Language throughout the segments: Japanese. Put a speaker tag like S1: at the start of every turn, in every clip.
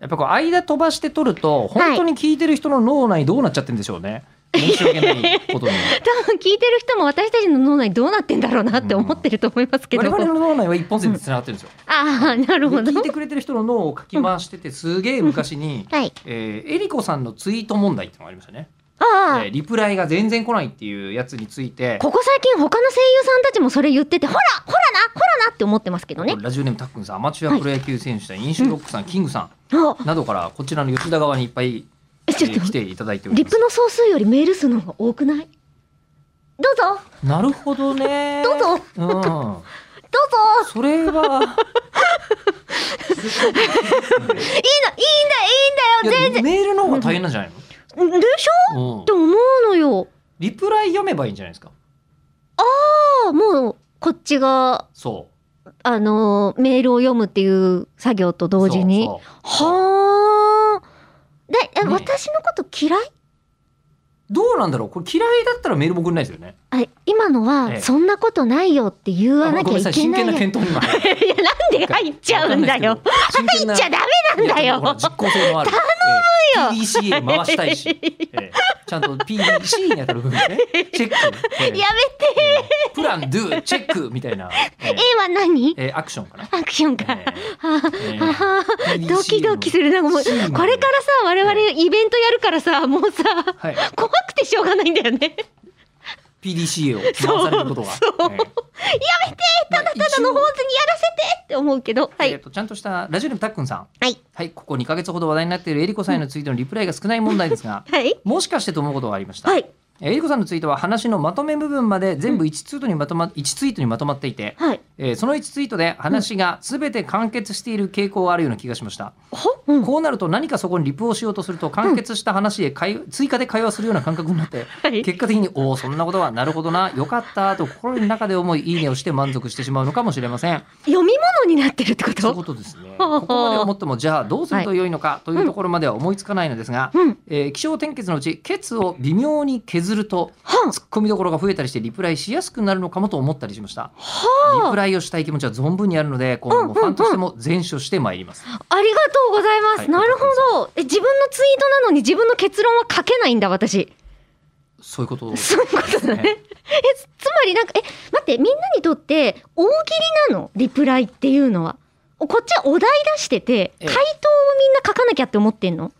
S1: やっぱこう間飛ばして撮ると本当に聞いてる人の脳内どうなっちゃってるんでしょう ね、申し訳ないことに
S2: 多分聞いてる人も私たちの脳内どうなってんだろうなって思ってると思い ますけ
S1: 我
S2: ど、
S1: 々
S2: あ
S1: の脳内は一本線でつながってるんですよ、
S2: あ ーなるほ
S1: で
S2: ど
S1: 聞いてくれてる人の脳をかき回しててすげえ昔に、
S2: はい
S1: えー、えりこさんのツイート問題ってのがありましたね、え
S2: ああ、
S1: ーリプライが全然来ないっていうやつについて
S2: ここ最近他の声優さんたちもそれ言っててほらほらなほらなって思ってますけどね
S1: ラジオネームたっくんさんアマチュアプロ野球選手さん、飲酒ロックさん、キングさ
S2: あ
S1: んなどからこちらの吉田側にいっぱい、え
S2: え
S1: ー
S2: ちょっと
S1: 来ていただいており
S2: リ
S1: ま
S2: ップ
S1: す
S2: の総数よりメール数の方が多くないどうぞ
S1: なるほどね
S2: どうぞ
S1: うん
S2: どうぞ
S1: それは
S2: いい
S1: い
S2: のいいんだいいんだよ
S1: やメールの方が大変なんじゃない
S2: 全然でし
S1: の、う
S2: ょ
S1: ん
S2: って思うのよ
S1: リプライ読めばいいんじゃないですか
S2: ああもうこっちが
S1: そ
S2: あのメールを読むっていう作業と
S1: う
S2: 同時に
S1: そうそう
S2: はあでえ、
S1: ね
S2: 私のこと嫌い
S1: どうなんだろうこれ嫌いだったらメールもくんないですよね
S2: あ今の
S1: ええ
S2: はそんなことないよって言わな
S1: あご
S2: き
S1: めん
S2: ゃ
S1: さ
S2: いけ
S1: 真
S2: ない
S1: 剣
S2: や
S1: な検
S2: いや
S1: 討に今
S2: なんで入っちゃうんだよ入っちゃダメなんだよ
S1: ほら実効性のある
S2: 頼むよ
S1: PDCA 回した いし、ええちゃんと PDCA に当たる部分ねチェック、ええ
S2: やめて
S1: ええプランドゥチェックみたいな、ええ
S2: A は何
S1: ええアクションかな、
S2: アクション
S1: え
S2: か、
S1: え
S2: はあ
S1: ええ
S2: はあドキドキするなんかもう
S1: C の
S2: これからさ我々イベントやるからさもうさ
S1: はい
S2: 怖くてしょうがないんだよね
S1: PDCA を回されることが
S2: そうそう
S1: ええ
S2: ただただ の
S1: ま
S2: ホ
S1: あ
S2: ーズにやらせてって思うけどは
S1: えー
S2: い
S1: とちゃんとしたラジオネームたっくんさん
S2: はい
S1: はいここ2か月ほど話題になっているえりこさんへのツイートのリプライが少ない問題ですが
S2: はい
S1: もしかしてと思うことがありました、
S2: はい
S1: えりこさんのツイートは話のまとめ部分まで全部1ツイートにまとま,、1ツイートにまとまっていて、
S2: はい
S1: えーその1ツイートで話が全て完結している傾向があるような気がしました、
S2: ほ、うん、
S1: こうなると何かそこにリプをしようとすると完結した話へかい追加で会話するような感覚になって、
S2: はい
S1: 結果的に「おおそんなことはなるほどなよかった」と心の中で思い「いいね」をして満足してしまうのかもしれません。
S2: 読み物になってるってこ
S1: そういう
S2: と
S1: ことですね。
S2: ほうほう
S1: ここまで思ってもじゃあどうすると良いのかというところまでは思いつかないのですが、
S2: うん
S1: えー気象転結のうち「ケツ」を微妙に削ると
S2: は
S1: ツッコミどころが増えたりしてリプライしやすくなるのかもと思ったりしました。リプライをしたい気持ちは存分にあるので今後もファンとしても全処してまいります。
S2: あありがとうございます、
S1: はい
S2: なるほどえ自分のツイートなのに自分の結論は書けないんだ私
S1: そういうことです
S2: そういうことだね えつつまりなんかえ待ってみんなにとって大喜利なのリプライっていうのはおこっちはお題出してて
S1: ええ
S2: 回答をみんな書かなきゃって思ってんの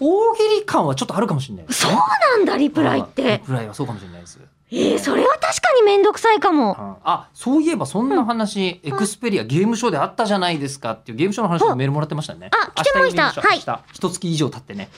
S1: 大喜利感はちょっとあるかもしれない。
S2: そうなんだリプライっ
S1: うんリ
S2: て
S1: プライはそうかもしれないです。
S2: えー、それは確かにめんどくさいかも
S1: うんあ、そういえばそんな話、エクスペリアゲームショーであったじゃないですかっていうゲームショーの話のメールもらってましたね。
S2: あ来てました
S1: 明日読みしょう
S2: はい
S1: 明日一月以上経ってね。